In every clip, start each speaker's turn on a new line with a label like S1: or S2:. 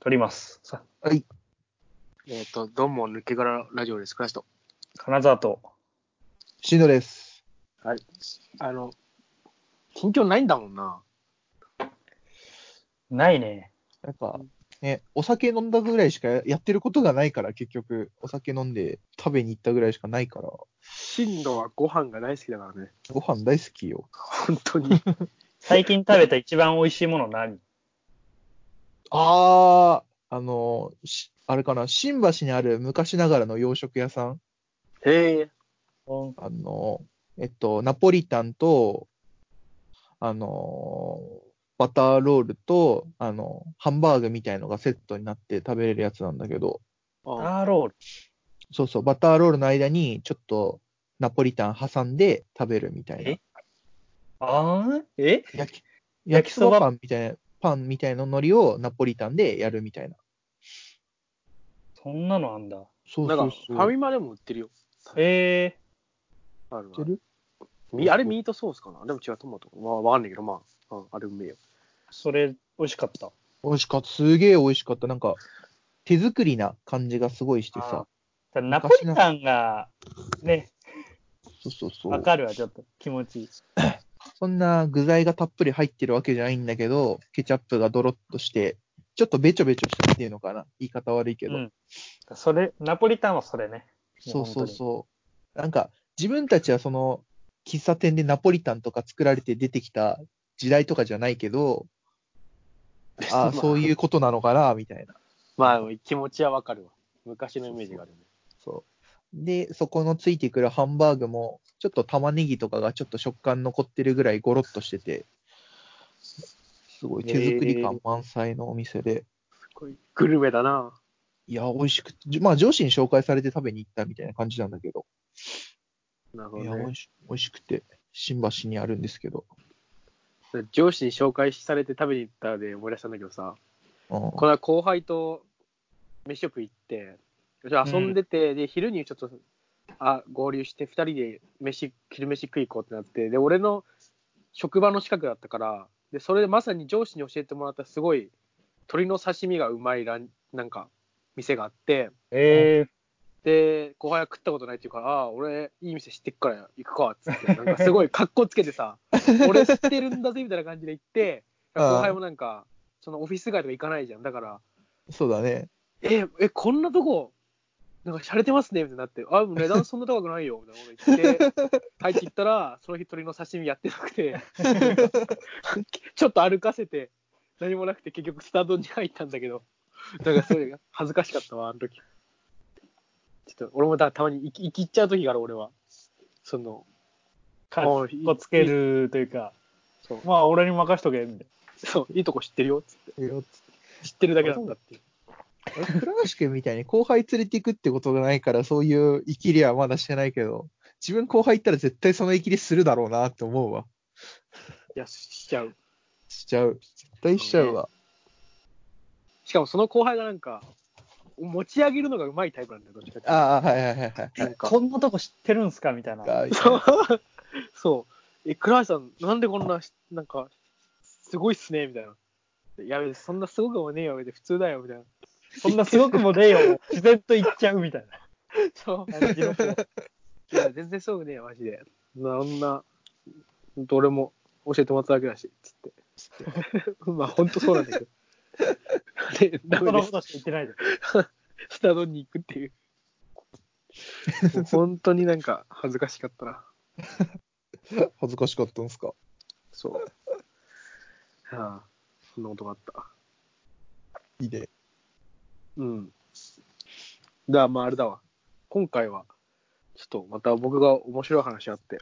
S1: 撮ります。さ
S2: はい。
S3: えっ、と、どうも、抜け殻ラジオです。クラシト。
S1: 金沢と、
S2: しんどです。
S3: はい。あの、近況ないんだもんな。
S1: ないね。
S2: なんか、ね、お酒飲んだぐらいしかやってることがないから、結局、お酒飲んで食べに行ったぐらいしかないから、
S3: 進路はご飯が大好きだから ね。
S2: ご飯大好きよ。
S3: 本当に。
S1: 最近食べた一番美味しいもの何
S2: あー、あの、しあれかな、新橋にある昔ながらの洋食屋さん、
S3: へえ。
S1: うん
S2: あの、えっと、ナポリタンと、あの、バターロールと、あの、ハンバーグみたいのがセットになって食べれるやつなんだけど、
S3: あ
S1: ターロール。
S2: そうそう、バターロールの間に、ちょっとナポリタン挟んで食べるみたいな
S1: え。あーえ
S2: 焼
S1: 焼
S2: き焼
S1: き
S2: き
S1: そ
S2: そ
S1: ば
S2: ばパンみたいな、パンみたいなのりをナポリタンでやるみたいな。
S1: そんなのあんだ。
S2: そう
S3: なん
S2: そ
S3: か、
S2: う
S3: フ
S2: そう。
S3: ァミマでも売ってるよ。
S1: え
S3: ある
S2: 知
S3: あ
S2: って
S3: る
S2: る
S3: みあれミートソースかなでも違う、トマトかな。まあ、わかんないけど、まあ、うん、あれうめえよ。。
S1: ー、それ、美味しかった。
S2: 美味しかった。すげえ美味しかった。なんか、手作りな感じがすごいして
S1: あ
S2: さ。
S1: ただナポリタンが、ね、
S2: そうそうそ
S1: わ
S2: う。
S1: かるわ、ちょっと気持ちいい。
S2: そんな具材がたっぷり入ってるわけじゃないんだけど、ケチャップがドロッとして、ちょっとべちょべちょしたっていうのかな。言い方悪いけど。
S1: うん。それ、ナポリタンはそれね。
S2: そうそうそう。なんか、自分たちはその、喫茶店でナポリタンとか作られて出てきた時代とかじゃないけ ど、ああ、そういううことなのかな、みたいな。
S3: まあ、気持ちはわかるわ。昔のイメージがあるね。
S2: そう。で、そこのついてくるハンバーグも、ちょっと玉ねぎとかがちょっと食感残ってるぐらいゴロッとしてて、すごい手作り感満載のお店で、
S3: すごいグルメだな。
S2: いや、美味しくて、まあ上司に紹介されて食べに行ったみたいな感じなんだけど、
S3: なるほ
S2: い
S3: ど
S2: や、美
S3: ね
S2: 味。し美味しくて、新橋にあるんですけど。
S3: 上司に紹介されて食べに行ったで思い出したんだけどさ、
S2: うん
S3: この間後輩と飯食い行って、遊んでて、で、昼にちょっと、あ、合流して、2人で飯、昼飯食い行こうってなって、で、俺の職場の近くだったから、で、それでまさに上司に教えてもらった、すごい、鶏の刺身がうまいラン、なんか、店があって、
S1: え
S3: で、後輩は食ったことないっていうから、ああ、俺、いい店知ってっから行くか、つって、なんかすごい格好つけて さ、俺知ってるんだぜ、みたいな感じで行って、
S2: ああ
S3: 後輩もなんか、そのオフィス街とか行かないじゃん。だから、
S2: そうだね。
S3: え、え、こんなとこ、なんか洒落てますね、みたいになって、あ、値段そんな高くないよ、みたいなこと言って、入って行ったら、その日鳥の刺身やってなくて、ちょっと歩かせて、何もなくて、結局スタンドに入ったんだけど、なんかそれが恥ずかしかったわ、あの時。ちょっと、俺もだたまに生き生きっちゃう時がある、俺は。その、
S1: ー、か
S3: もう
S1: っこつけるというか、
S3: そう、
S1: まあ、俺に任しとけ、みたいな。
S3: そういいとこ知ってるよ、つって
S2: いや
S3: 知ってるだけだったっていう。
S2: 俺倉橋君みたいに後輩連れていくってことがないから、そういう生きりはまだしてないけど、自分後輩行ったら絶対その生きりするだろうなって思うわ。
S3: いや、しちゃう。
S2: しちゃう。絶対しちゃうわ。
S3: しかもその後輩がなんか、持ち上げるのがうまいタイプなんだよ、どっちかっていうと
S2: ああ、はいはいはいはい。
S3: なんか
S1: こんなとこ知ってるんすかみたいな。
S3: そうそう。え、倉橋さん、なんでこんなし、なんか、すごいっすね、みたいな。やべ、そんなすごくもねえよ、みたいな普通だよ、みたいな。
S1: そんなすごくもねえよ。自然と言っちゃうみたい
S3: そ う。
S1: な感じの子。
S3: いや、全然すごくねえよ、マジで。なあんな、どれも教えてもらっただけだし、つ って。まあ、ほんとそうなんだけど。で、ダ
S1: そ
S3: メ
S1: んな
S3: で
S1: ことしか言ってないで。
S3: す。スタドンに行くっていう。もう本当になんか恥ずかしかったな。
S2: 恥ずかしかったんですか。
S3: そう。 はあ、そんなことがあった。
S2: いいね。
S3: うん。だからまああれだわ。今回は、ちょっとまた僕が面白い話あって、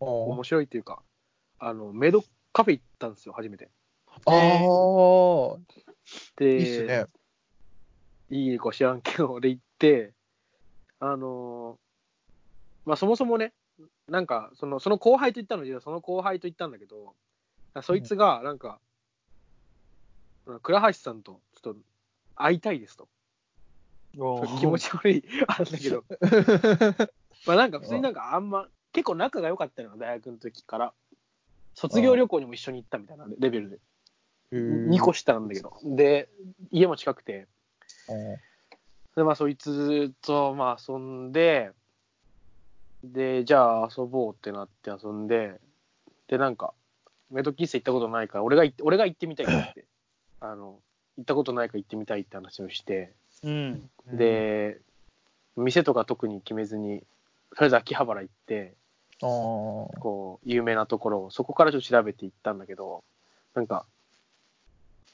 S2: あ
S3: 面白いっていうか、あの、メイドカフェ行ったんですよ、初めて。
S2: あー、
S3: で、
S2: いいっす ね。
S3: いい子知らんけど、俺行って、あのーまあそもそもね、なんか、その、その後輩と行ったのに、その後輩と行ったんだけど、そいつが、なんか、倉橋さんと、ちょっと、会いたいですと。気持
S1: ち。
S3: ち悪い、あれだけど。まあなんか普通になんかあんま、結構仲が良かったのよ、大学の時から。卒業旅行にも一緒に行ったみたいなレベルで。
S2: 2
S3: 2個下なんだけど。で、家も近くて。で、まあ、そいつと、まあ、遊んで、で、じゃあ遊ぼうってなって遊んで、で、なんか、メイド喫茶行ったことないから、俺が行って、俺が行ってみたいって言って、あの、行ったことないから行ってみたいって話をして、
S1: うん。
S3: で、店とか特に決めずに、とりあえず秋葉原行って、
S2: あー
S3: こう、有名なところを、そこからちょっと調べて行ったんだけど、なんか、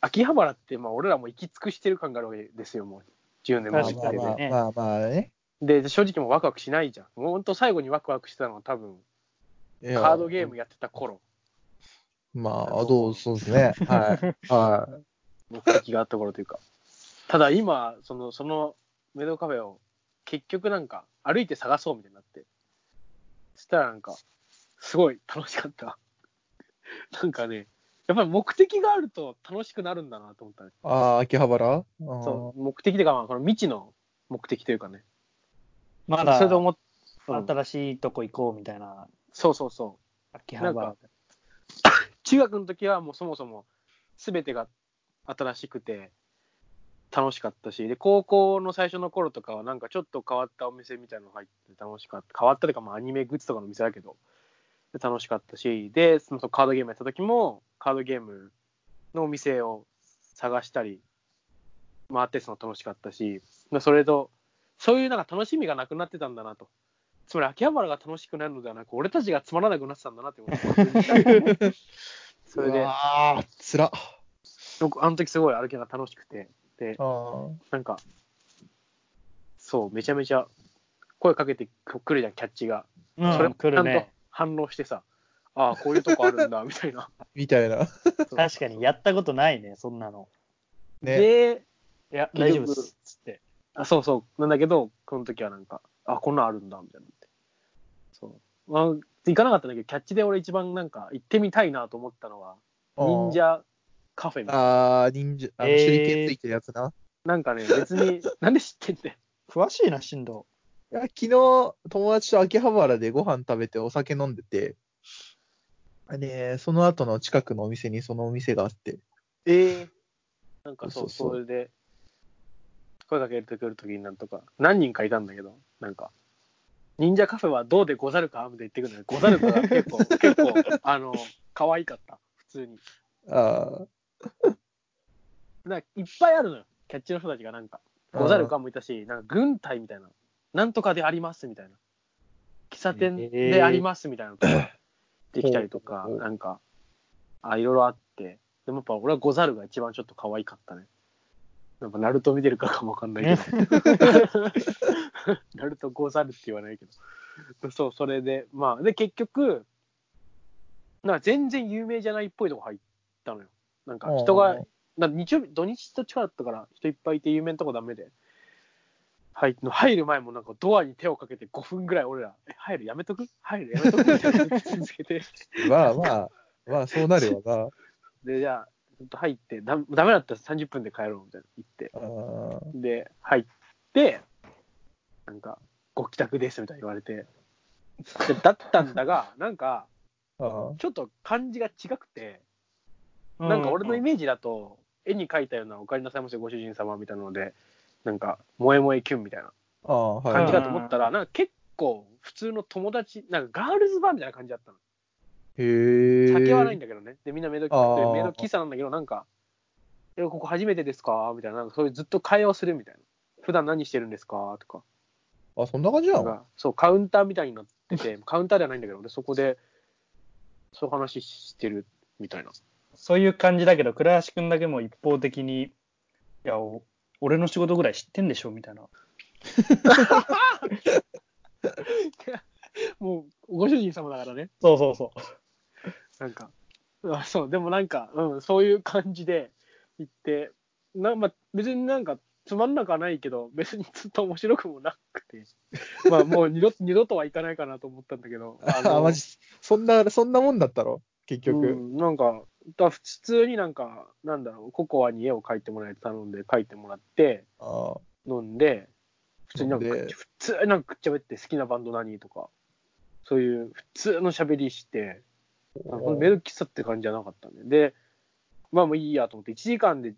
S3: 秋葉原って、まあ、俺らも行き尽くしてる感があるわけですよ、もう。10年
S2: ま
S3: も
S2: あ
S3: 行
S1: 確
S3: った
S1: か
S3: け
S1: に
S3: ど。
S2: まあ
S1: ね
S2: まあまあね。
S3: で、正直もうワクワクしないじゃん。もう本当最後にワクワクしてたのは多分、
S2: カ
S3: カードゲームやってた頃
S2: まあ、どうそうですね。 はい。は
S3: 目的があった頃というか。ただ今、その、そのメイドカフェを結局なんか歩いて探そうみたいになって。そしたらなんか、すごい楽しかった。 なんかね、やっぱり目的があると楽しくなるんだなと思ったね。
S2: い。ああ、秋葉原そ
S3: そう、目的というか、まあ、この未知の目的というかね。
S1: まだ
S3: それで思っ、うん
S1: 新しいとこ行こうみたいな、
S3: そうそうそう。
S1: 秋葉
S3: なん
S1: 原
S3: か。中学の時はもうそもそも全てが新しくて楽しかったしで高校の最初の頃とかはなんかちょっと変わったお店みたいなの入って楽しかった変わったというかまあアニメグッズとかの店だけどで楽しかったしでそのカードゲームやった時もカードゲームのお店を探したり回ってその楽しかったしまあそれとそういうなんか楽しみがなくなってたんだなとつまり秋葉原が楽しくなるのではなく俺たちがつまらなくなってたんだなって思ってそれで
S2: ああ、つら。あ
S3: 僕あの時すごい歩きが楽しくて、で、
S2: あ。
S3: なんか、そう、めちゃめちゃ声かけてくるじゃん、キャッチが。
S1: うん
S3: それもち
S1: 来
S3: ゃ
S1: る
S3: んと
S1: ね。
S3: 反応してさ、ああ、こういうとこある んだ、みたいな。
S2: みたいな。
S3: そう
S1: 確かに、やったことないね、そんなの。
S2: ね。
S3: で、
S1: いや、
S3: 結
S1: 大
S3: 局
S1: 丈夫です。つって。
S3: あ、そうそう、なんだけど、この時はなんか、あ、こんなんあるんだ、みたいなって。そう。まあ、行かなかったんだけど、キャッチで俺一番なんか、行ってみたいなと思ったのは、忍者カフェみたいな。
S2: ああ、忍者、あの、
S1: えー
S2: 手裏剣ついてるやつな。
S3: なんかね、別 に、なんで知ってんだよ。
S1: 詳しいな、進藤。
S2: いや昨日、友達と秋葉原でご飯食べてお酒飲んでて、で、その後の近くのお店にそのお店があって、
S3: ええなんかそう、
S2: そうそう
S3: それで、声かけてくるときになんとか、何人かいたんだけど、なんか、忍者カフェはどうでござるかみたいな言ってくるのよ。ござるかが 結構、結構、あの、可愛かった。普通に。
S2: あ
S3: なんかいっぱいあるのよ。キャッチの人たちがなんか、
S2: あ。
S3: ござるかもいたし、なんか軍隊みたいな、なんとかでありますみたいな、喫茶店でありますみたいなのとか、できたりとか
S2: ほうほ、う
S3: なんか、あ、いろいろあって、でもやっぱ俺はござるが一番ちょっと可愛かったね。やっぱナルト見てるからかもわかんないけど。 ナルトござるって言わないけど。そう、それで、まあ、で、結局、なんか全然有名じゃないっぽいとこ入ったのよ。なんか人がなんか日曜日、土日と近かったから人いっぱいいて有名なとこダメで。入の入る前もなんかドアに手をかけて5分ぐらい俺ら、え入るやめとく入るやめとくみたいなの続けて。
S2: まあまあ、まあそうなるわ
S3: で、じゃあ、ちょっと入って、だダメだったら30分で帰ろうみたいな言って。
S2: な。ああ
S3: で、入って、なんか、ご帰宅ですみたいに言われて。でだったんだが、なんか、
S2: ああ。
S3: ちょっと感じが違くて、なんか俺のイメージだと、絵に描いたようなお帰りなさいませご主人様みたいなので、なんか、萌え萌えキュンみたいな
S2: ああ、はい。
S3: 感じかと思ったら、なんか結構普通の友達、なんかガールズバーみたいな感じだったの。
S2: へえ。
S3: 酒はないん
S2: だ。
S3: だけどね。で、みんなメイド
S2: あ
S3: 喫
S2: ー
S3: 茶、メイド喫茶なんだけど、なんか、え、ここ初めてですかみたいな、なんかそういうずっと会話をするみたいな。普段何してるんですかとか。
S2: あ、そんな感じな
S3: な
S2: の
S3: んかそう、カウンターみたいになって て、カウンターではないんだけど、でそこで、そう話してるみたいな。
S1: そういう感じだけど、倉橋くんだけも一方的に、いや、お俺の仕事ぐらい知ってんでしょみたいな。
S3: もう、ご主人様だからね。
S1: そうそうそう。
S3: なんか、あそう、でもなんか、うん、そういう感じで行って、なまあ、別になんか、つまんなくはないけど、別にずっと面白くもなく て、まあ、もう二度二度とはいかないかなと思ったんだけど、
S2: あ、マジ、そんな、そんなもんだったろ結
S3: う
S2: 局。
S3: んなんか、だ普通になんか、なんだろう、ココアに絵を描いてもらえて頼んで、描いてもらって、
S2: ああ。
S3: 飲んで、普通になんか、
S2: 飲んで
S3: 普通になんかくっちゃべって、好きなバンド何とか、そういう普通の喋りして、あのメール喫茶って感じじゃなかったんで。で、まあもういいやと思って、1時間で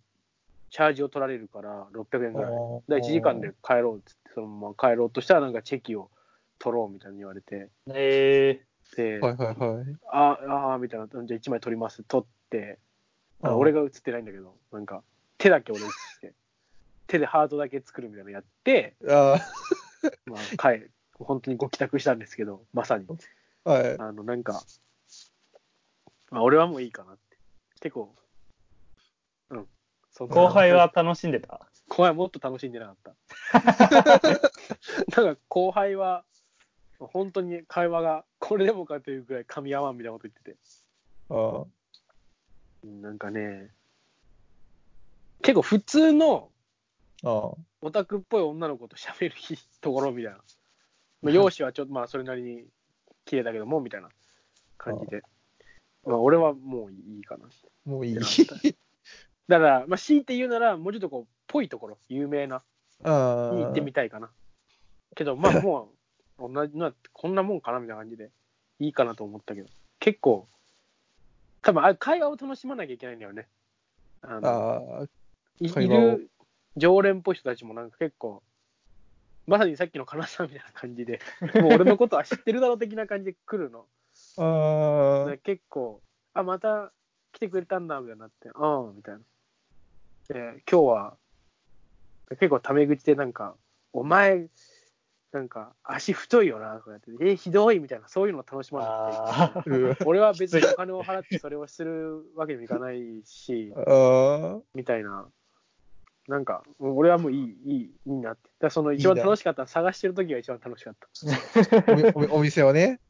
S3: チャージを取られるから、600円ぐらい。だから1時間で帰ろうっつって、そのまま帰ろうとしたら、なんかチェキを取ろうみたいに言われて、
S1: え
S3: で、
S2: はいはいはい。
S3: ああーみたいな、じゃあ1枚取ります、取って、あ
S2: あー
S3: 俺が映ってないんだけど、なんか、手だけ俺映して、手でハートだけ作るみたいなのやって、
S2: あ
S3: まあ、帰本当にご帰宅したんですけど、まさに。
S2: あ、はい。
S3: あの、なんか、まあ、俺はもういいかなって。結構、うん。そ
S1: ー、後輩は楽しんでた。
S3: 後輩はもっと楽しんで なかった。なんか後輩は、本当に会話がこれでもかというくらい噛み合わんみたいなこと言ってて。
S2: あ
S3: うんなんかね、結構普通の
S2: あ、あ
S3: オタクっぽい女の子と喋るところみた いな。まあ、容姿はちょっと、まあ、それなりに綺麗だけども、みたいな感じで。まあ、俺はもういいかな。
S2: あ、もうい
S3: っ
S2: い
S3: て。なっただから、まあ、強いて言うなら、もうちょっとこう、ぽいところ、有名な、
S2: ああ。
S3: に行ってみたいかな。け ど、まあ、もう、同じのは、こんなもんかな、みたいな感じで、いいかなと思ったけど、結構、多分あれ会話を楽しまなきゃいけないんだよね。あの
S2: ああ、
S3: いい
S2: 会話を
S3: る常連っぽい人たちも、なんか結構、まさにさっきの金沢さんみたいな感じで、 もう俺のことは知ってるだろう的な感じで来るの。
S2: ああ
S3: で、結構、あ、また来てくれたんだ、みたいになって、うん、みたいな。で、今日は、結構タメ口でなんか、お前、なんか、足太いよな、とかやって、えーひどいみたいな、そういうのを楽しまな
S1: ああ、
S2: うわ
S3: くて、俺は別にお金を払ってそれをするわけにもいかないし、
S2: あ
S3: みたいな。なんか、うん俺はもういい、いい、いいなって。だからその一番楽しかったのは探してる時が一番楽しかった。
S2: あ、おみおみお店をね。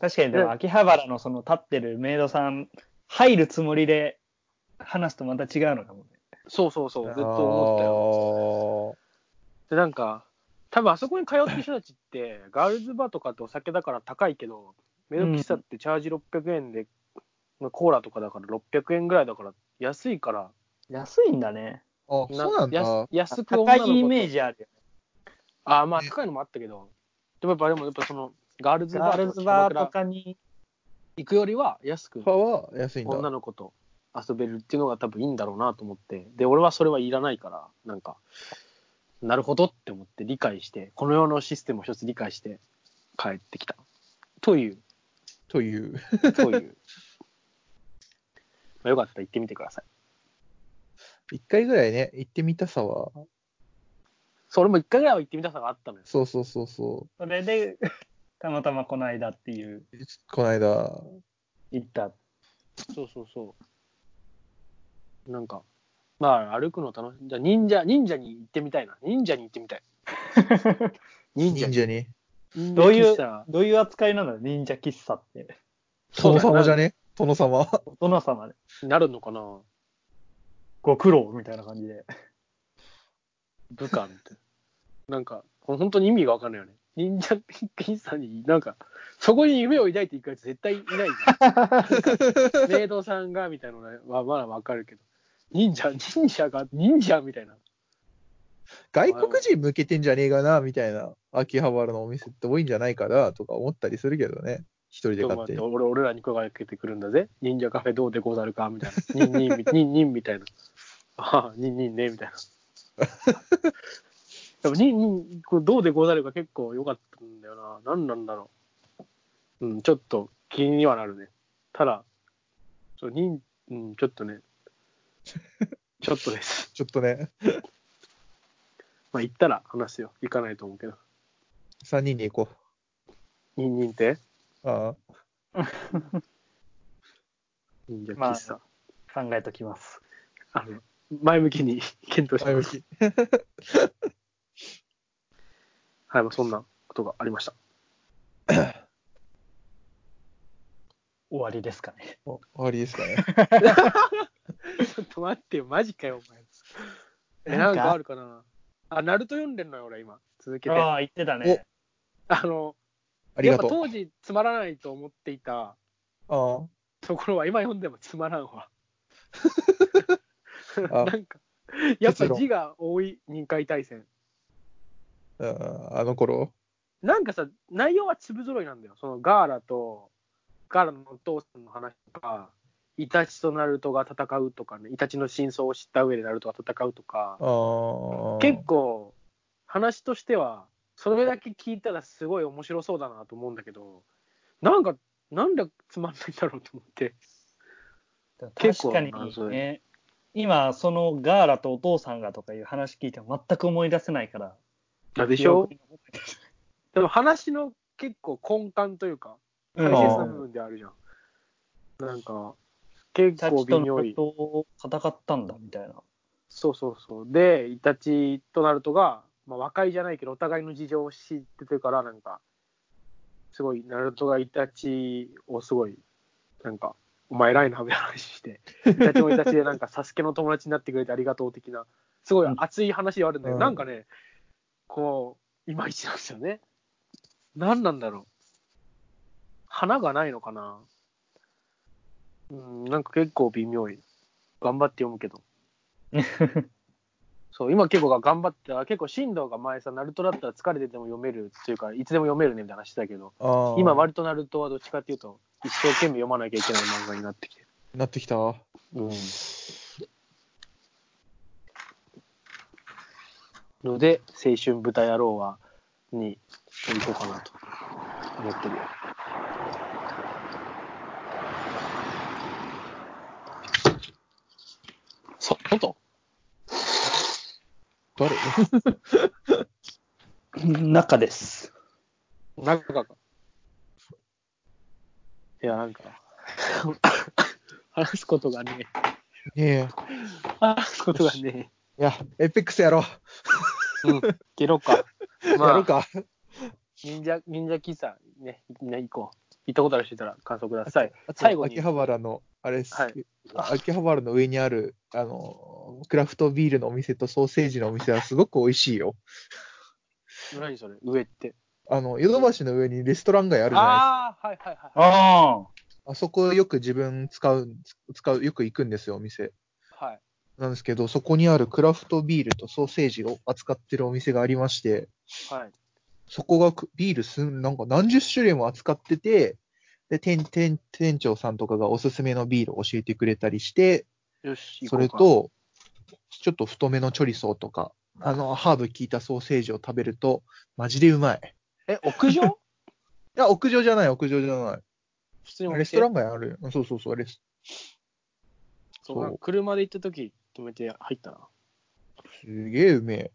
S1: 確かに、でも秋葉原のその立ってるメイドさん、入るつもりで話すとまた違うのかもね。
S3: そうそうそう、ずっと思ったよ。
S2: よ。
S3: で、なんか、多分あそこに通ってる人たち って、ガールズバーとかってお酒だから高いけど、メイド喫茶ってチャージ600円で、まあコーラとかだから600円ぐらいだから、安いから、
S1: 安いんだね。
S2: あ、そうなんだ。
S3: やす安く
S1: 高
S3: 女の子
S1: いイメー
S3: ジ。
S1: ジあるよね。
S3: ああ、まあ
S2: ね
S3: 高いのもあったけど、でもやっぱ、でもやっぱその、ガールズバ
S1: ガー
S3: ー
S1: ル
S3: と
S1: ズ
S3: か
S1: バ
S3: バ
S1: ーと
S3: ー
S1: かに。
S3: 行くよりは安く
S2: パは安いんだ。
S3: 女の子と遊べるっていうのが多分いいんだろうなと思って、で、俺はそれはいらないから、なんか、なるほどって思って理解して、この世のシステムを一つ理解して帰ってきた。という。
S2: という。
S3: そういう。 まあ、よかったら行ってみてください。
S2: 一回ぐらいね、行ってみたさは。
S3: そう、俺も一回ぐらいは行ってみたさがあったのよ。
S2: そうそうそうそ
S1: それで、 たまたまこの間っていう、
S2: う。この間。
S1: 行った。
S3: そうそうそう。なんか、まあ、歩くの楽しい。じゃあ忍者、忍者に行ってみたいな。忍者に行ってみたい。忍者
S2: 忍者に。
S1: どういう
S3: 喫茶、
S1: どういう扱いなの忍者喫茶って。
S3: そう
S2: 殿
S3: だよ
S2: 様じゃね殿様。
S1: お殿様で。
S3: なるのかな
S1: ご苦労みたいな感じで。
S3: 部下みたいな。なんか、ほ本当に意味がわかんないよね。忍者喫茶に、なんか、そこに夢を抱いていくやつ絶対いないじゃん。メイドさんがみたいなのはまだわかるけど、忍者、忍者が、忍者みたいな。
S2: 外国人向けてんじゃねえかな、みたいな。秋葉原のお店って多いんじゃないかな、とか思ったりするけどね。一人で
S3: 今日
S2: 買
S3: も
S2: って。
S3: 俺俺らに声がけてくるんだぜ。忍者カフェどうでござるかみたいな。 忍忍み忍忍みたいな。ああ、忍忍ねみたいな。 でも忍忍こうどうでござるか結構良かったんだよな。何なんだろう。うん、ちょっと気にはなるね。ただ、そう忍うん、ちょっ とね。ちょっとです。
S2: ちょっとね、
S3: まあ行ったら話すよ。行かないと思うけど。
S2: 3人で行こ
S3: 忍忍って
S2: う。あ
S3: 忍者
S1: まあ
S3: 喫茶。
S1: 考えときます。
S3: あ、の、前向きに検討
S2: あ。
S3: し
S2: 前向
S3: ます。
S2: き。
S3: はい、まあそんなことがありました。
S1: 終わりですかね。
S2: お終わりですかね。
S3: ちょっと待ってよ、マジかよ、お前。え、
S1: な
S3: なんん
S1: か
S3: かあるかなあ、ナルト読んでんのよ、俺、今。続けて。
S1: あ
S3: あ
S1: あ、言ってたね。
S3: の、
S2: ありが
S3: やっ
S2: と
S3: ぱ当時つまらないと思っていた
S2: う。あ
S3: ところは、今読んでもつまらんわ。
S2: あ
S3: なんか、やっぱ
S2: 結論
S3: 字が多い人海対戦。
S2: あうんあの頃。
S3: なんかさ、内容は粒揃いなんだよ。そのガーラと、ガーラのお父さんの話とか、イタチとナルトが戦うとかね、イタチの真相を知った上でナルトが戦うとか、
S2: ああ。
S3: 結構、話としては、それだけ聞いたらすごい面白そうだなと思うんだけど、なんか、なんでつまんないんだろうと思って。
S1: 確
S3: 結構
S1: かに
S3: まず
S1: ね、今、そのガーラとお父さんがとかいう話聞いても全く思い出せないから。
S3: でしょでも話の結構根幹というか、
S1: う
S3: 大
S1: ん
S3: 切な部分であるじゃん。なんか、結
S1: タ
S3: 構
S1: チと
S3: 微
S1: ナ
S3: 妙
S1: ル
S3: い。
S1: トを戦ったんだみたいな。
S3: そうそうそう。で、イタチとナルトが、まあ、和解じゃないけど、お互いの事情を知っててから、なんか、すごい、ナルトがイタチをすごい、なんか、お前偉いな、みたいな話して、イタチもイタチで、なんか、サスケの友達になってくれてありがとう的な、すごい熱い話ではあるんだけど、
S2: うん
S3: なんかね、こう、いまいちなんですよね。何なんだろう。花がないのかな。うん、なんか結構微妙い。頑張って読むけど。そう、今結構が頑張ってた、結構進藤が前さ、ナルトだったら疲れてても読めるっていうか、いつでも読めるねみたいな話だけど、
S2: ああ。
S3: 今割とナルトはどっちかっていうと、一生懸命読まなきゃいけない漫画になってきてる。
S2: なってきた。は
S3: うん。ので、青春豚野郎は、に、行こうかなと思ってるよ。そ、外
S2: 誰
S1: 中です。
S3: 中か。いや、なんか、話すことがね
S2: ね
S3: え、話すことがね
S2: え。いや、エイペックスやろう。
S3: え、うん、ゲロか。
S2: や
S3: ま
S2: ろう
S3: あ、
S2: か。
S3: 忍者、忍者喫茶、ね、みんな行こう。行ったことある人いたら感想ください。
S2: あと
S3: 最後に
S2: 秋葉原の、あれです、
S3: はい
S2: 秋葉原の上にある、あの、クラフトビールのお店とソーセージのお店はすごく美味しいよ。
S3: 何それ、上って。
S2: あの、ヨドバシの上にレストラン街あるじゃないですか。
S3: ああ、はいはいはい。
S1: あ
S2: あそこよく自分使う、使う、よく行くんですよ、お店。
S3: はい。
S2: なんですけど、そこにあるクラフトビールとソーセージを扱ってるお店がありまして、
S3: はい。
S2: そこがくビールすん、なんか何十種類も扱ってて、で、店、店、店長さんとかがおすすめのビールを教えてくれたりして、
S3: よし、
S2: そ
S3: 行こう
S2: れ
S3: か。
S2: と、ちょっと太めのチョリソーとか、あの、ハーブ効いたソーセージを食べると、マジでうまい。
S3: え、屋 上
S2: いや、屋上じゃない、屋上じゃない。
S3: 普通にお店
S2: レストラン街あるよ。そうそうそう、レス
S3: そうなんか
S2: そう
S3: 車で行った時止めて入ったな。
S2: すげえうめえ。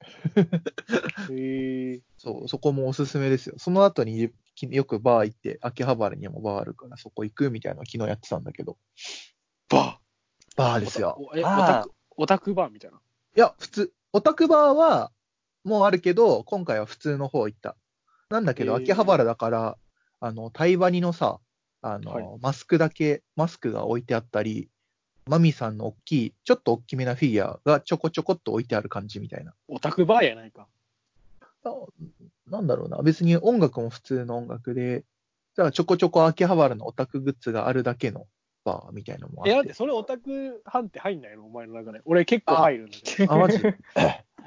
S3: へえ。
S2: そう、そこもおすすめですよ。その後にきよくバー行って、秋葉原にもバーあるから、そこ行くみたいなの昨日やってたんだけど。
S3: バ
S2: バー
S3: ー
S2: ですよ。
S3: おえ、オ
S1: バー
S3: タク、オタクバーみたいな。
S2: いや、普通、オタクバーは、もうあるけど、今回は普通の方行った。なんだけど、
S3: へー
S2: 秋葉原だから、あの、タイバニのさ、あの、
S3: はい
S2: マスクだけ、マスクが置いてあったり、マミさんの大きい、ちょっと大きめなフィギュアがちょこちょこっと置いてある感じみたいな。
S3: オタクバーやないか。
S2: ななんだろうな、別に音楽も普通の音楽で、だからちょこちょこ秋葉原のオタクグッズがあるだけのバーみたいなのもあ
S3: え、だ
S2: っ。
S3: っててそれオタク判定入んないのお前の中で。俺結構入るんだけ
S2: あ、マジ
S3: ど。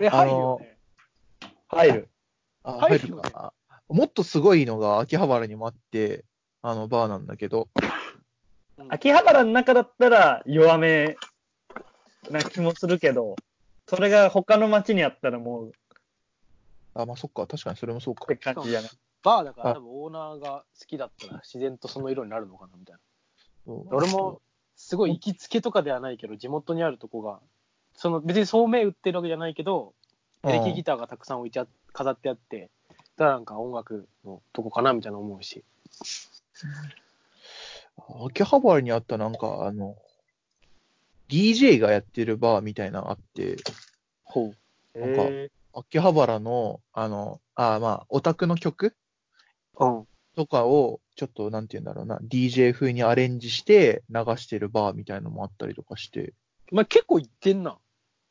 S3: え、
S2: あ
S3: 入る
S2: の
S3: よね。
S1: 入る。
S2: あ、
S3: 入
S2: 入
S3: る
S2: る
S3: よね
S2: か。もっとすごいのが秋葉原にもあって、あのバーなんだけど、
S3: うん
S1: 秋葉原の中だったら弱めな気もするけど、それが他の街にあったらもうっ
S2: あ、まあそっか、確かにそれもそうか
S1: て。感じじゃない。
S3: バーだから
S2: あ
S3: 多分オーナーが好きだったら自然とその色になるのかなみたいな。
S2: そう
S3: 俺も、すごい行きつけとかではないけど、地元にあるとこが、その別にそうめん売ってるわけじゃないけど、
S2: うん
S3: エレキギターがたくさん置いちゃ、飾ってあって、だからなんか音楽のとこかなみたいな思うし。
S2: 秋葉原にあったなんか、あの、DJ がやってるバーみたいなのあって、
S3: ほう。
S2: なんか
S1: へ
S2: 秋葉原の、あの、あ、まあ、オタクの曲
S3: うん。
S2: とかを、ちょっと、なんて言うんだろうな、DJ 風にアレンジして流してるバーみたいのもあったりとかして、
S3: まあ、結構行ってんな。
S1: ー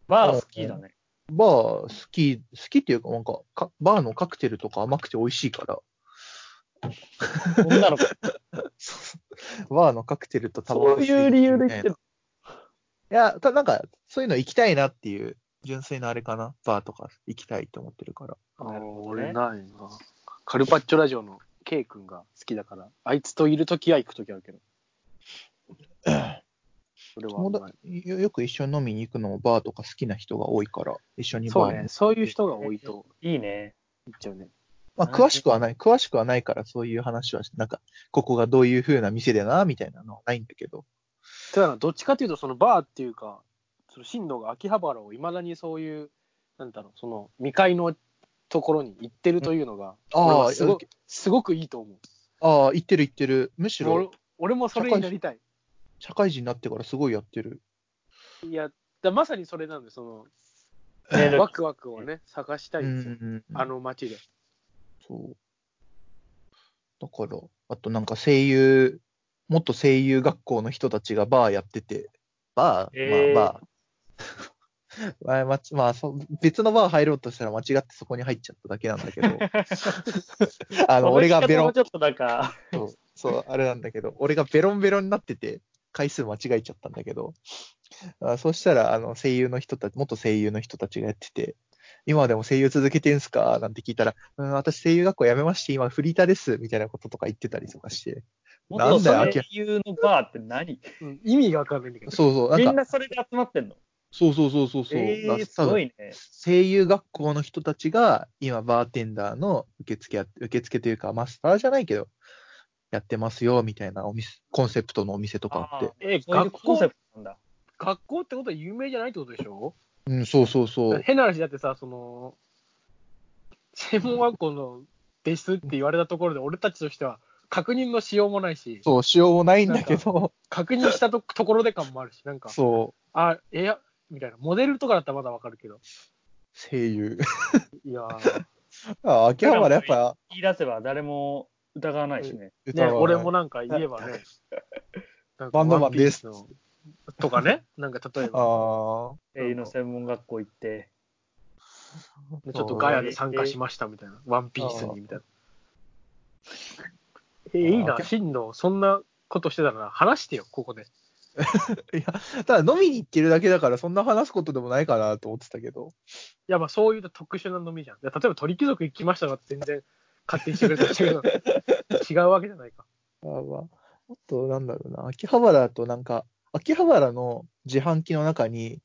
S1: バー好きだね。
S2: バー好き、好きっていうか、なんかか、バーのカクテルとか甘くて美味しいから、
S1: 女の子。
S2: バーのカクテルとタバコ
S1: そういう理由で
S2: 吸
S1: 言
S2: い
S1: ってる。
S2: いや、たなんか、そういうの行きたいなっていう、純粋なあれかな、バーとか行きたいと思ってるから。
S1: なるほどね
S3: 俺ないな。カルパッチョラジオの K 君が好きだから、あいつといるときは行くときあるけど。それはあん
S2: 友
S3: まり
S2: 達よよく一緒に飲みに行くのもバーとか好きな人が多いから、一緒にバー
S3: そうね、そういう人が多いと、
S1: いいね。
S3: 言っちゃうね。
S2: まあ、詳しくはない、詳しくはないから、そういう話は、なんか、ここがどういう風な店でな、みたいなのはないんだけど。
S3: ただ、どっちかというと、そのバーっていうか、その進藤が秋葉原をいまだにそういう、なんだろう、その未開のところに行ってるというのが、
S2: うん
S3: 俺
S2: あ
S3: は
S2: あ
S3: すごすごくいいと思う。
S2: ああ、行ってる行ってる。むし
S3: 俺
S2: ろ、
S3: 俺もそれになりたい。
S2: 社会人になってからすごいやってる。
S3: いや、だまさにそれなんで、そ
S1: ね
S3: の、ワクワクをね、探したい
S2: うん
S3: ですよ。
S2: んうん。
S3: あの街で。
S2: そう。だから、あとなんか声優、元声優学校の人たちがバーやってて、バー、
S1: えー
S2: まあバー。まあ、まあまあそう、別のバー入ろうとしたら間違ってそこに入っちゃっただけなんだけ ど、あの、俺がベロン
S1: この仕方も、ちょっとなんか、
S2: そう、そう、あれなんだけど、俺がベロンベロンになってて、回数間違えちゃったんだけど、あそうしたら、あの、声優の人たち、元声優の人たちがやってて、今でも声優続けてんすかなんて聞いたら、うん、私声優学校辞めまして、今フリーターです、みたいなこととか言ってたりとかして、な
S1: 元
S2: んだよ
S1: 声優のバーって何
S3: うん意味がわかんないんだけど。
S2: そうそう、
S1: み
S2: なんんか、
S1: なそれで集まってんの
S2: そうそうそうそうそう、
S1: え
S2: だ
S1: ー、すごいね。
S2: 声優学校の人たちが、今、バーテンダーの受付や、受付というか、マスターじゃないけど、やってますよ、みたいなお店、コンセプトのお店とかあって。
S1: あーえー、こうい
S3: 学
S1: う
S3: 校
S1: コンセプトなんだ。
S3: 学校ってことは有名じゃないってことでしょ
S2: うん、そうそうそう。
S3: 変な話だってさ、その、専門学校のですって言われたところで、俺たちとしては確認のしようもないし、
S2: そう、しようもないんだけど、
S3: 確認したとところで感もあるし、なんか、
S2: そう、
S3: あ、えや、みたいな、モデルとかだったらまだわかるけど、
S2: 声優。
S3: いや ー、
S2: あ秋葉原やっぱ
S1: 言い出せば誰も疑わないしね。
S2: 歌
S3: ね、
S2: は、
S3: 俺もなんか言えばね、なんか
S2: バンドマンです
S3: ワピースのとかね、なんか例えば、
S2: あ
S1: 声優の専門学校行って。
S3: ちょっとガヤで参加しましたみたいな、ワンピースにみたいな。え、いい
S2: あ
S3: な、
S2: ー
S3: 真の、そんなことしてたら話してよ、ここで。
S2: あ。ただ飲みに行ってるだけだから、そんな話すことでもないかなと思ってたけど。
S3: いや、まあそういう特殊な飲みじゃん。いや例えば鳥貴族行きましたが全然勝手にしてくれた ら違うの違うわけじゃないか。
S2: あーまあ、あと、なんだろうな、秋葉原となんか、秋葉原の自販機の中に、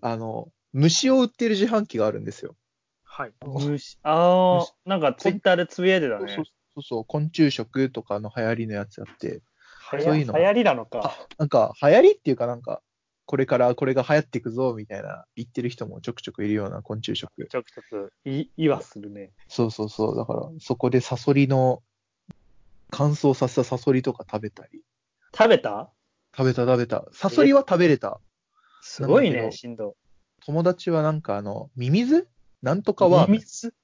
S2: あの、虫を売ってる自販機があるんですよ。
S3: はい。
S1: 虫あ
S2: 虫
S1: あ、なんかツイッターでつぶやいてた
S2: そう
S1: ね
S2: そう。そうそう、昆虫食とかの流行りのやつやって、
S1: 流行
S2: そういうの
S1: 流行りなのか。
S2: なんか、流行りっていうかなんか、これからこれが流行っていくぞ、みたいな、言ってる人もちょくちょくいるような昆虫食。
S1: ちょくちょく、い、いはするね。
S2: そうそうそう。だから、そこでサソリの、乾燥させたサソリとか食べたり。
S1: 食べた
S2: 食べた食べた。サソリは食べれた。
S1: すごい
S2: なんだ
S1: ね、
S2: けど
S1: しんど。
S2: 友達はなんかあの、ミミズなんとかは、
S1: ミミズ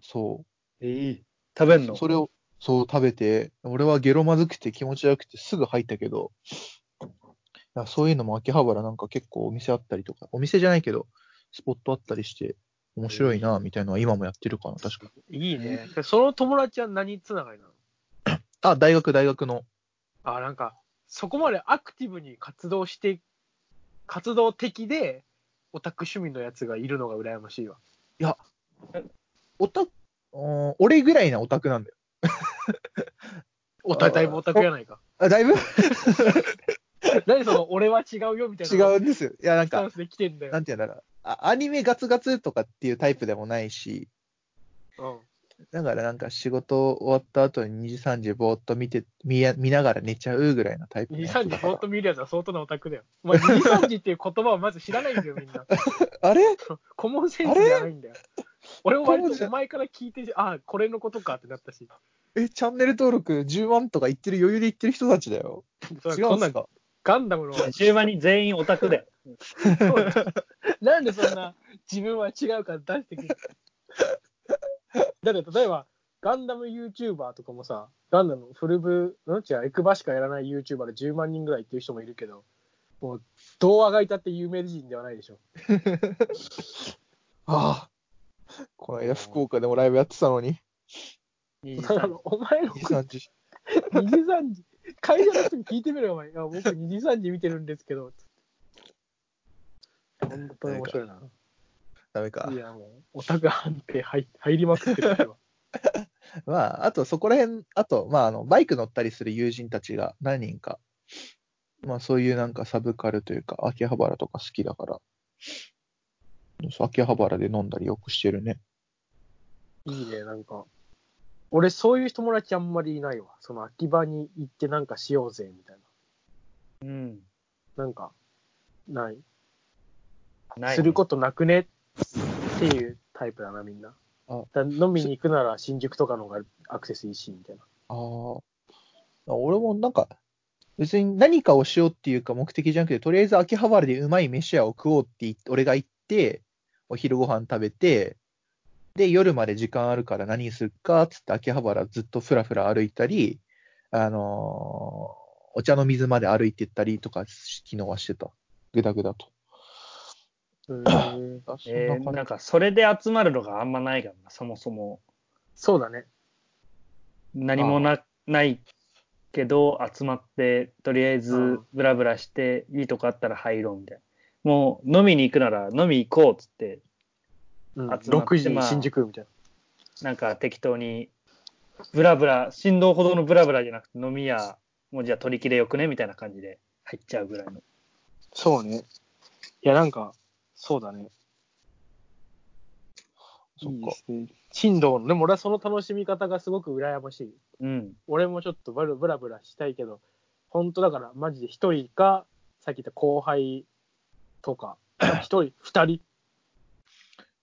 S2: そ
S1: ええ食べん
S2: う。
S1: の
S2: それを、そう食べて、俺はゲロまずくて気持ち悪くてすぐ入ったけど、いやそういうのも秋葉原なんか結構お店あったりとか、お店じゃないけど、スポットあったりして、面白いな、みたいなのは今もやってるかな、確かに。
S3: いいね。その友達は何つながりなの
S2: あ、大学、大学の。
S3: あ、なんか、そこまでアクティブに活動して、活動的で、オタク趣味のやつがいるのが羨ましいわ。
S2: オタク、うん俺ぐらいなオタクなんだよ
S3: お互いもオタクやな いか。
S2: あ、だいぶ
S3: 何その、俺は違うよみたい
S2: 違
S3: な。
S2: うんですよ。いや、なん
S3: スタン
S2: か、
S3: スで来てんだよ。
S2: なんて言うんだろう。あアニメガツガツとかっていうタイプでもないし、
S3: うん。
S2: だからなんか仕事終わった後に2時3時ぼーっと見て、見や見ながら寝ちゃうぐらいのタイプの
S3: 2、
S2: やつだから。
S3: 3時ぼーっと見るやつは相当なオタ クだよ。まあ、2、3時っていう言葉をまず知らないんだよ、みんな。
S2: あれ
S3: コモンセンスじゃないんだよ。俺も割
S2: コモンセ
S3: と
S2: ン
S3: お前から聞いて、ああ、これのことかってなったし。
S2: え、チャンネル登録10万とか言ってる余裕で言ってる人たちだよ。
S3: そ
S2: 違
S3: れこ
S2: うんんで
S3: な
S2: すか
S3: ガンダムの、
S1: 中盤に全員オタクで。
S3: なんでそんな自分は違うから出してくるだって例えば、ガンダム YouTuber とかもさ、ガンダムフルブ、なんちゃ、エクバしかやらない YouTuber で10万人ぐらいっていう人もいるけど、もう、童話がいたって有名人ではないでしょ。
S2: ああ。この間福岡でもライブやってたのに。
S1: 23
S3: だからお前の
S2: 2時3時。
S3: 2時3時、会社の人に聞いてみろよ、お前。いや僕2時3時見てるんですけど。本当に面白いな。
S2: ダメか
S3: い。や、もう、オタク判定入入りまくってる わ。
S2: まあ、あとそこら辺、あと、まあ、あの、バイク乗ったりする友人たちが何人かまあそういうなんかサブカルというか、秋葉原とか好きだから、そう秋葉原で飲んだりよくしてるね。
S3: いいね、なんか。俺、そういう友達あんまりいないわ。その秋葉に行ってなんかしようぜ、みたい
S1: うん。
S3: な。なんか、ない。
S1: ない。
S3: することなくねっていうタイプだな、みんな。
S2: あ
S3: だ飲みに行くなら新宿とかの方がアクセスいいし、みたいな。
S2: ああ。俺もなんか、別に何かをしようっていうか目的じゃなくて、とりあえず秋葉原でうまい飯屋を食おうって言って俺が行って、お昼ご飯食べて、で、夜まで時間あるから何するかっつって秋葉原ずっとふらふら歩いたり、あのーお茶の水まで歩いてったりとかし、昨日はしてた。ぐだぐだと。
S3: うーん
S2: あそん
S1: え
S2: な
S1: ー、
S2: 感
S1: なんか、それで集まるのがあんまないからな、そもそも。
S3: そうだね。
S1: 何もなないけど、集まって、とりあえず
S3: あ、
S1: ブラブラして、いいとこあったら入ろうみたいな。もう、飲みに行くなら、飲み行こうっつって、
S3: うん、
S1: 集まって
S3: 6時
S1: ま
S3: に
S1: あ
S3: 新宿みたい
S1: なんか適当に、ブラブラ、振動ほどのブラブラじゃなくて、飲み屋、もうじゃあ取り切れよくねみたいな感じで入っちゃうぐらいの。
S3: な。そうね。いや、なんか、そうだね。
S2: そっか
S3: いいですね。振動の、でも俺はその楽しみ方がすごく羨ましい。
S1: うん。
S3: 俺もちょっとブラブラブラしたいけど、本当だから、マジで一人か、さっき言った後輩と か、一人、二人、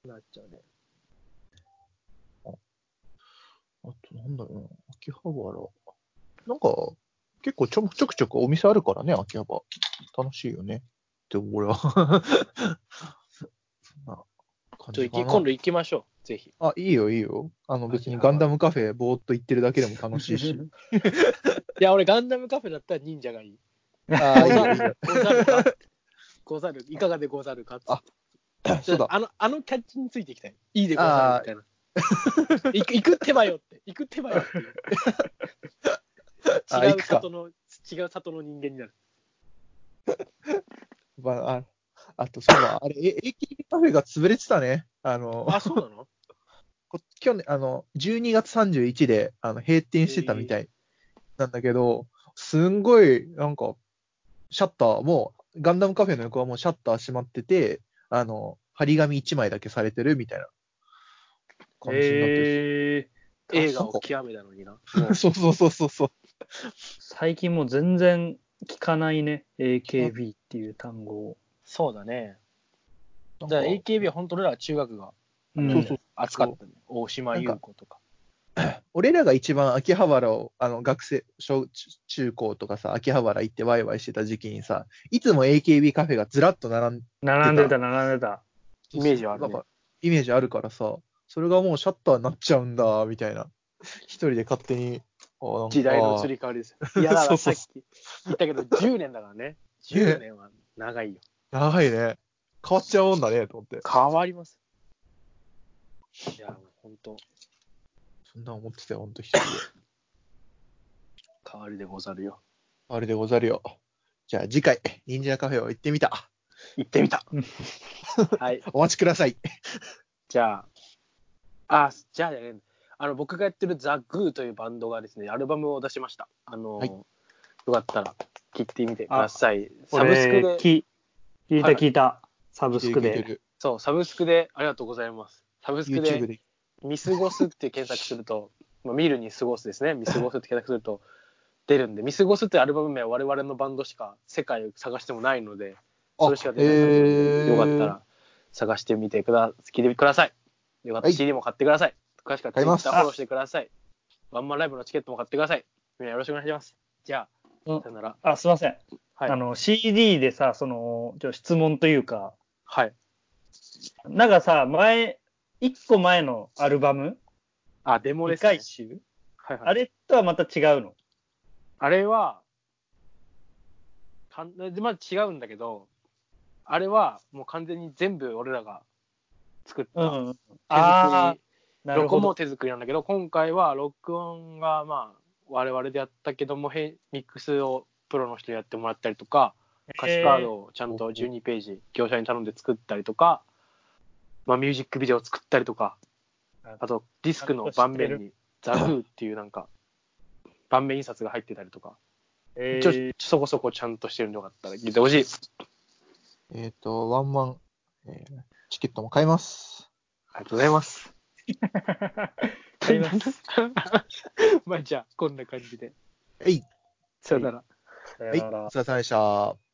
S3: なっちゃうね。
S2: あと、なんだろうな、秋葉原。なんか、結構ちょちょくちょくお店あるからね、秋葉原。楽しいよね。って、 俺は。そんな感
S3: ちょ
S2: じか
S3: 行き
S2: な
S3: 今度行きましょう、ぜひ。
S2: あ、いいよ、いいよ。あの、別に
S3: 秋葉
S2: ガ
S3: 原
S2: ンダムカフェ、ぼーっと行ってるだけでも楽しい し。
S3: いや、俺、ガンダムカフェだったら忍者がいい。
S2: あ
S3: ご
S2: いいよ、いい
S3: ざる
S2: よ。、
S3: ござるか、ござる、いかがでござるかっつって
S2: あそうだ。
S3: あの、あのキャッチについていきたい。いいでござるみたいな。行く、行く手ばよって。行く手ばよっていう。
S2: あ
S3: 違
S2: 行く
S3: う
S2: か
S3: 里の、違う里の人間になる。
S2: まあ、ああと、そうだ、あれ、え AKB カフェが潰れてたね。あの、
S3: あ、そうなの
S2: こ去年、あの、12月31で、あの、閉店してたみたいなんだけど、すんごい、なんか、シャッターもう、ガンダムカフェの横はもうシャッター閉まってて、あの、張り紙1枚だけされてるみたいな感じになってる。
S1: えー、
S3: 映画を極めたのにな。
S2: そうそうそうそうそう。
S1: 最近もう全然聞かないね。AKB っていう単語を。
S3: そうだね。
S2: なん
S3: だから
S2: か
S3: AKB は本当俺らは中学が
S1: うん
S2: そうそう。
S3: 熱かったね。大島優子とか。
S2: 俺らが一番秋葉原を、あの、学生、小、中中高とかさ、秋葉原行ってワイワイしてた時期にさ、いつも AKB カフェがずらっと並ん
S1: 並んでた、並んでた。
S3: イメージはあるね
S2: なんか、イメージあるからさ、それがもうシャッターになっちゃうんだ、みたいな。 一人で勝手に。あーなんか
S3: 時代の移り変わりですよ。いや、だからさっき言ったけど、10年だからね。10年は長いよ。
S2: 長いね。変わっちゃうもんだね、と思って。
S3: 変わります。いや、もう本当
S2: そんな思ってたよ、ほんと一人で。
S3: 変わりでござるよ。
S2: あれでござるよ。じゃあ次回、忍者カフェを行ってみた。
S3: 行ってみた。はい。
S2: お待ちください。
S3: じゃあ、あ、じゃあじゃねえあの、僕がやってるザ・グーというバンドがですね、アルバムを出しました。あの、
S2: はい
S3: よかったら聞いてみてください。サ
S1: サ
S3: ブ
S1: ブ
S3: ス
S1: ス
S3: ク
S1: ク
S3: で
S1: で。、聞いた、
S3: はい
S1: 聞いた。サブスク
S2: 聞い
S1: で。
S2: てる
S3: そう、サブスクで、ありがとうございます。サブスク
S2: YouTube
S3: で、
S2: で。
S3: 見過ごすって検索すると、 まあ、見るに過ごすですね、見過ごすって検索すると出るんで、見過ごすってアルバム名は我々のバンドしか世界を探してもないので、それしか出ないので、
S2: えー
S3: よかったら探してみてくだ聞いてください。よかった
S2: は
S3: ら
S2: い
S3: CD も買ってください。詳しくは
S2: 買います
S3: Twitter フォローしてください。ワンマンライブのチケットも買ってください。みんなよろしくお願いします。じゃあ、
S1: うん
S3: さよなら。
S1: あ、すいません。
S3: はい。
S1: あの、CD でさ、その、ちょ質問というか、
S3: はい。
S1: なんかさ、前、一個前のアルバム、
S3: あ、デモで
S1: 2
S3: す、ね。
S1: 回集、
S3: はいはい、
S1: あれとはまた違うの。
S3: あれは、かんでまあ違うんだけど、あれはもう完全に全部俺らが作った。
S1: うん。
S3: 手
S1: あ
S3: 作
S1: な
S3: り、
S1: る
S3: 録
S1: ほ
S3: 音も
S1: ど。
S3: 手作りなんだけど、今回は録音がまあ我々でやったけども、へミックスをプロの人にやってもらったりとか、歌詞カードをちゃんと12ページ業者に頼んで作ったりとか、まあミュージックビデオを作ったりとか、あとディスクの盤面にザグーっていうなんか、盤面印刷が入ってたりとか、
S1: え
S3: ちょ
S1: ー、
S3: そこそこちゃんとしてるのがあったら聞いてほしい。
S2: えっ、と、ワンマン、えーチケットも買います。
S3: ありがとうございます。
S1: 買います。
S3: まあじゃあ、こんな感じで。
S2: はい。
S3: さよなら。
S1: さ
S2: はい。お
S1: よなら
S2: 疲れ様でした。